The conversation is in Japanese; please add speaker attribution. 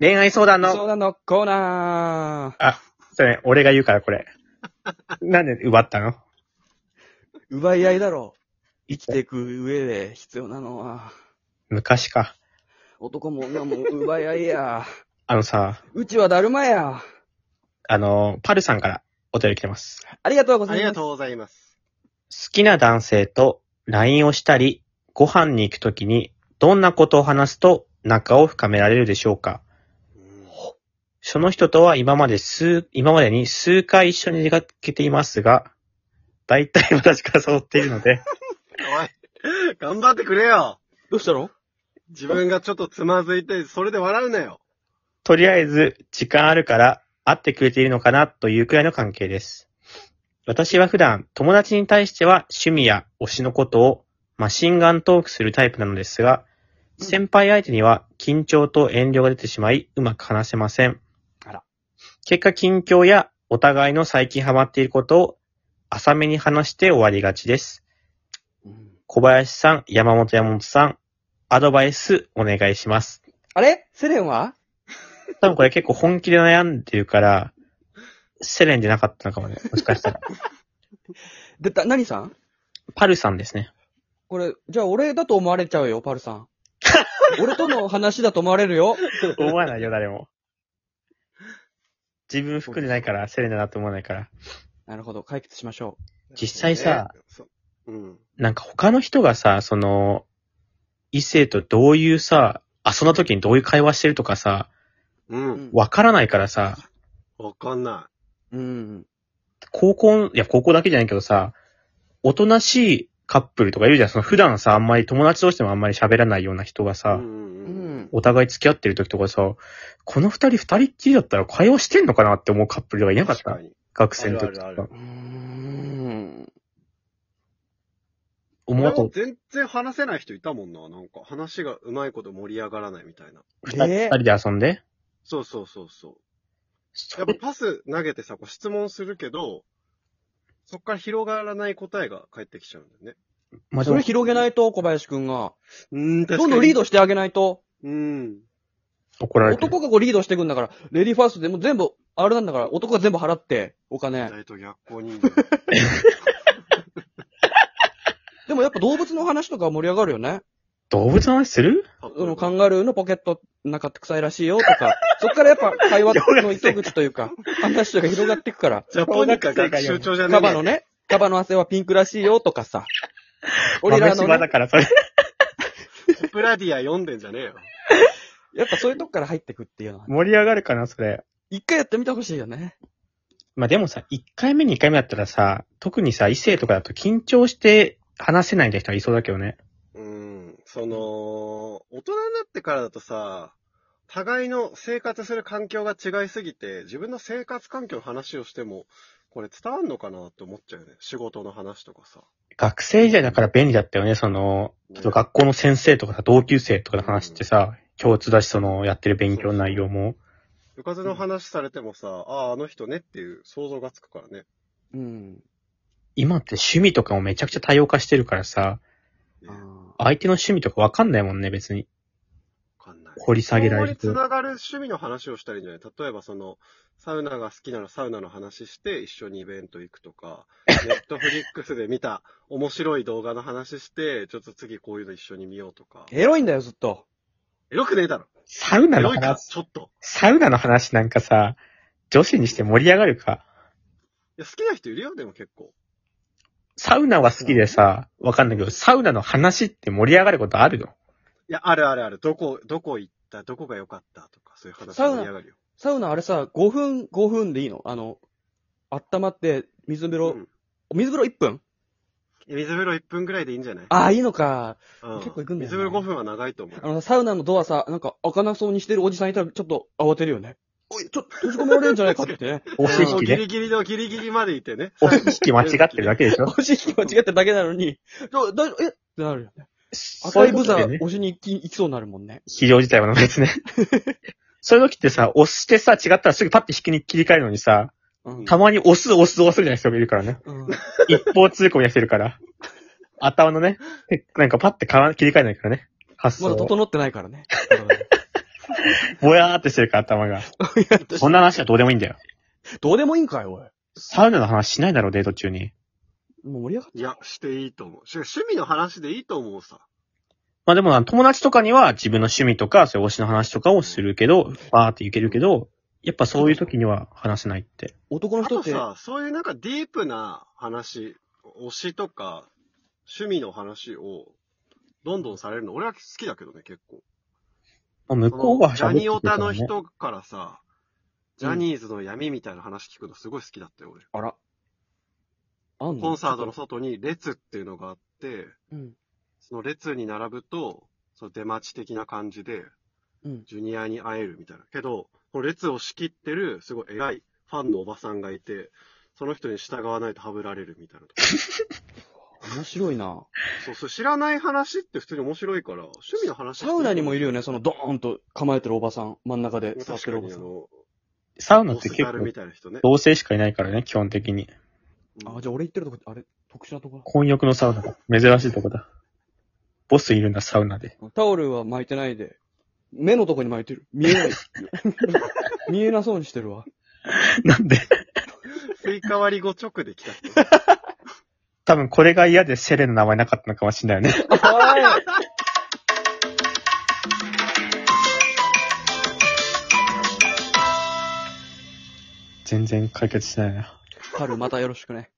Speaker 1: 恋愛相談の、
Speaker 2: 相談のコーナ
Speaker 1: それね、俺が言うから、こ れ。なんで奪ったの
Speaker 2: ー奪い合いだろ生きていく上で必要なのは、
Speaker 1: 昔か。
Speaker 2: 男も女も奪い合い や。
Speaker 1: あのさ、
Speaker 2: うちはだるまや。
Speaker 1: あの、パルさんからお便り来てます。
Speaker 2: ありがとうござ
Speaker 3: あ
Speaker 2: い
Speaker 3: り
Speaker 2: ま
Speaker 3: が
Speaker 2: す。
Speaker 3: とうございます。
Speaker 1: 好きな男性と LINE をしたり、ご飯に行くときに、どんなことを話すと仲を深められるでしょうかその人とは今まで数、今までに数回一緒に出かけていますが、大体私から誘っているので、
Speaker 3: おい、頑張ってくれよ
Speaker 2: どうしたの
Speaker 3: 自分がちょっとつまずいて、それで笑うなよ。
Speaker 1: とりあえず時間あるから会ってくれているのかなというくらいの関係です。私は普段友達に対しては趣味や推しのことをマシンガントークするタイプなのですが、先輩相手には緊張と遠慮が出てしまいうまく話せません。
Speaker 2: あら
Speaker 1: 結果近況やお互いの最近ハマっていることを浅めに話して終わりがちです。小林さん、山本山本さん、アドバイスお願いします。
Speaker 2: あれセレンは
Speaker 1: 多分これ結構本気で悩んでるから、セレンじゃなかったのかもね。もしかした ら。
Speaker 2: で、だ、何さん
Speaker 1: パルさんですね。
Speaker 2: これ、じゃあ俺だと思われちゃうよ、パルさ ん。俺との話だと思われるよ。
Speaker 1: 思わないよ、誰も。自分含んでないから、セレンだなって思わないから。
Speaker 2: なるほど、解決しましょう。
Speaker 1: 実際さ
Speaker 3: ね、そうん。
Speaker 1: なんか他の人がさ、その、異性とどういうさ、あ、その時にどういう会話してるとかさ、
Speaker 3: うん。
Speaker 1: わからないからさ、
Speaker 3: わかんな
Speaker 2: うん。
Speaker 1: 高校、いや、高校だけじゃないけどさ、おとなしいカップルとかいるじゃん。その普段さ、あんまり友達同士でもあんまり喋らないような人が
Speaker 3: い。
Speaker 1: さ、
Speaker 3: うん
Speaker 2: う
Speaker 3: うん
Speaker 2: ん。
Speaker 1: お互い付き合ってる時とかさ、この二人二人っきりだったら会話してんのかなって思うカップルがいなかっ
Speaker 3: 確
Speaker 1: た
Speaker 3: か。に
Speaker 1: 学生の時と
Speaker 3: あるあ
Speaker 1: か
Speaker 2: うー
Speaker 3: る。
Speaker 2: ん。
Speaker 1: 思う
Speaker 3: 俺も
Speaker 1: と、
Speaker 3: 全然話せない人いたもんな。なんか話がうまいこと盛り上がらないみたいな。
Speaker 1: 二
Speaker 2: え
Speaker 1: 人二人で遊んで。
Speaker 3: そうそうそうそう。や
Speaker 1: そ
Speaker 3: っぱ
Speaker 1: れ
Speaker 3: パス投げてさ、こう質問するけど、そっから広がらない答えが返ってきちゃうんだよね。
Speaker 1: まあ、で
Speaker 2: そ
Speaker 1: も
Speaker 2: れ、広げないと、小林くんが。
Speaker 3: うん、
Speaker 2: どんどんリードしてあげないと。
Speaker 3: うん。
Speaker 1: 怒られてる。
Speaker 2: 男がこうリードしてくんだから、レディーファーストでもう全部、あれなんだから、男が全部払って、お金。
Speaker 3: 大と逆 光人間。
Speaker 2: でもやっぱ動物の話とかは盛り上がるよね。
Speaker 1: 動物の話する
Speaker 2: そのカンガルーのポケットの中って臭いらしいよと か、そっからやっぱ会話の糸口というか、話が広がっていくから、
Speaker 3: ジャポニカ学習長じゃね
Speaker 2: カ
Speaker 3: え
Speaker 2: バの
Speaker 3: よ
Speaker 2: ね、カバの汗はピンクらしいよとか さ、俺らの、
Speaker 1: 豆柴だ
Speaker 2: ね、
Speaker 1: から、それ。
Speaker 3: ポプラディア読んでんじゃねえよ。
Speaker 2: やっぱそういうとこから入ってくっていうのは、
Speaker 1: 盛り上がるかな、それ。
Speaker 2: 一回やってみてほしいよね。
Speaker 1: まあ、でもさ、一回目、二回目だったらさ、特にさ、異性とかだと緊張して話せない人がいそうだけどね。
Speaker 3: うん。その、大人になってからだとさ、互いの生活する環境が違いすぎて、自分の生活環境の話をしても、これ伝わんのかなって思っちゃうよね。仕事の話とかさ。
Speaker 1: 学生時代だから便利だったよね、その、
Speaker 3: ね
Speaker 1: ちょっと学校の先生とかさ、同級生とかの話ってさ、共通だし、その、やってる勉強の内容も。
Speaker 3: 部活の話されてもさ、ああ、あの人ねっていう想像がつくからね。
Speaker 2: うん。
Speaker 1: 今って趣味とかもめちゃくちゃ多様化してるからさ、
Speaker 3: ね
Speaker 2: あ
Speaker 1: 相手の趣味とかわかんないもんね、別に。
Speaker 3: わかんない。
Speaker 1: 掘り下げられ
Speaker 3: 今後に
Speaker 1: る。
Speaker 3: 繋がる趣味の話をしたらいいんじゃない例えばその、サウナが好きならサウナの話して一緒にイベント行くとか、ネットフリックスで見た面白い動画の話して、ちょっと次こういうの一緒に見ようとか。
Speaker 2: ーエロいんだよ、ずっと。
Speaker 3: エロくねえだろ
Speaker 1: サウナ
Speaker 3: エ
Speaker 1: の
Speaker 3: ロいか
Speaker 1: 話、
Speaker 3: ちょっと。
Speaker 1: サウナの話なんかさ、女子にして盛り上がるか。
Speaker 3: いや、好きな人いるよ、でも結構。
Speaker 1: サウナは好きでさ、わかんないけど、サウナの話って盛り上がることあるの
Speaker 3: いや、あるあるある。どこ、どこ行った、どこが良かったとか、そういう話
Speaker 2: サウナ
Speaker 3: 盛り上がるよ。
Speaker 2: サウナあれさ、5分、5分でいいのあの、温まって、水風呂、
Speaker 3: うん
Speaker 2: 水風呂1分
Speaker 3: 水風呂1分ぐらいでいいんじゃない
Speaker 2: ああ、いいのか。
Speaker 3: うん
Speaker 2: 結構行くんだよな
Speaker 3: 水風呂5分は長いと思う
Speaker 2: あ。の、サウナのドアさ、なんか開かなそうにしてるおじさんいたらちょっと慌てるよね。おい、ちょっと閉じ込められるんじゃないかってね。
Speaker 1: 押し
Speaker 3: も
Speaker 1: 引
Speaker 3: う
Speaker 1: き
Speaker 3: ギ
Speaker 1: ね。
Speaker 3: リギリのギリギリまでいてね。
Speaker 1: 押し引き間違ってるだけでし ょ
Speaker 2: 押し引き間違ってるだけなのに、どだえってなるよね。
Speaker 1: そ
Speaker 2: 赤
Speaker 1: うい
Speaker 2: いうブ
Speaker 1: こ
Speaker 2: ザ
Speaker 1: とで
Speaker 2: ー
Speaker 1: ね。
Speaker 2: 押しに行き行きそうになるもんね。
Speaker 1: 非常事態はの別ね。 そういう時ってさ、押してさ、違ったらすぐパッて引きに切り替えるのにさ、
Speaker 2: うん。
Speaker 1: たまに押す押す押すみたいな人がいるからね。
Speaker 2: うん
Speaker 1: 一方通行にしてるから。頭のね、なんかパッて変わ切り替えないからね。発
Speaker 2: ま
Speaker 1: 想
Speaker 2: だ
Speaker 1: を。
Speaker 2: 整ってないからね。
Speaker 1: ぼやーってしてるから頭が。そんな話はどうでもいいんだよ。
Speaker 2: どうでもいいんかい、おい。
Speaker 1: サウナの話しないだろ、デート中に。
Speaker 2: もう盛り上がっ
Speaker 3: いや、していいと思う。し趣味の話でいいと思うさ。
Speaker 1: まあでもな、友達とかには自分の趣味とか、そういう推しの話とかをするけど、バーっていけるけど、やっぱそういう時には話せないって。
Speaker 2: 男の
Speaker 3: あ
Speaker 2: 人
Speaker 3: と
Speaker 2: って、
Speaker 3: さ、そういうなんかディープな話、推しとか、趣味の話を、どんどんされるの、俺は好きだけどね、結構。
Speaker 1: もう向こうは
Speaker 3: ジャ
Speaker 1: 喋って
Speaker 3: ニ
Speaker 1: くるか
Speaker 3: オタ
Speaker 1: ら
Speaker 3: の
Speaker 1: ね
Speaker 3: 人からさ、ジャニーズの闇みたいな話聞くのすごい好きだったよ、俺。
Speaker 2: あら。あんの
Speaker 3: コンサートの外に列っていうのがあって、
Speaker 2: うん。
Speaker 3: その列に並ぶと、その出待ち的な感じで、
Speaker 2: うん。
Speaker 3: ジュニアに会えるみたいな。けど、この列を仕切ってる、すごい偉いファンのおばさんがいて、その人に従わないとはぶられるみたいなとか。
Speaker 2: 面白いな。
Speaker 3: そう、そう知らない話って普通に面白いから、趣味の話
Speaker 2: サウナにもいるよ
Speaker 3: ね。
Speaker 2: ね、そのドーンと構えてるおばさん。真ん中で座って
Speaker 3: 確
Speaker 2: る
Speaker 3: か
Speaker 2: おば
Speaker 3: に、あ
Speaker 2: さん。
Speaker 3: の、
Speaker 1: サウナ
Speaker 3: ボ
Speaker 1: って
Speaker 3: ス
Speaker 1: 結
Speaker 3: ガル
Speaker 1: 構
Speaker 3: み、たいな人ね。
Speaker 1: 同性しかいないからね、基本的に。
Speaker 2: あ、じゃあ俺行ってるとこ、あれ、特殊なとこ
Speaker 1: 混浴のサウナだ。珍しいとこだ。ボスいるんだ、サウナで。
Speaker 2: だ。タオルは巻いてないで、目のとこに巻いてる。見え ない。見えなそうにしてる わ。
Speaker 1: なんで、
Speaker 3: スイカ割り後直で来た人。
Speaker 1: 多分これが嫌でセレの名前なかったのかもしれないよね。 全然解決しないな。
Speaker 2: 春またよろしくね。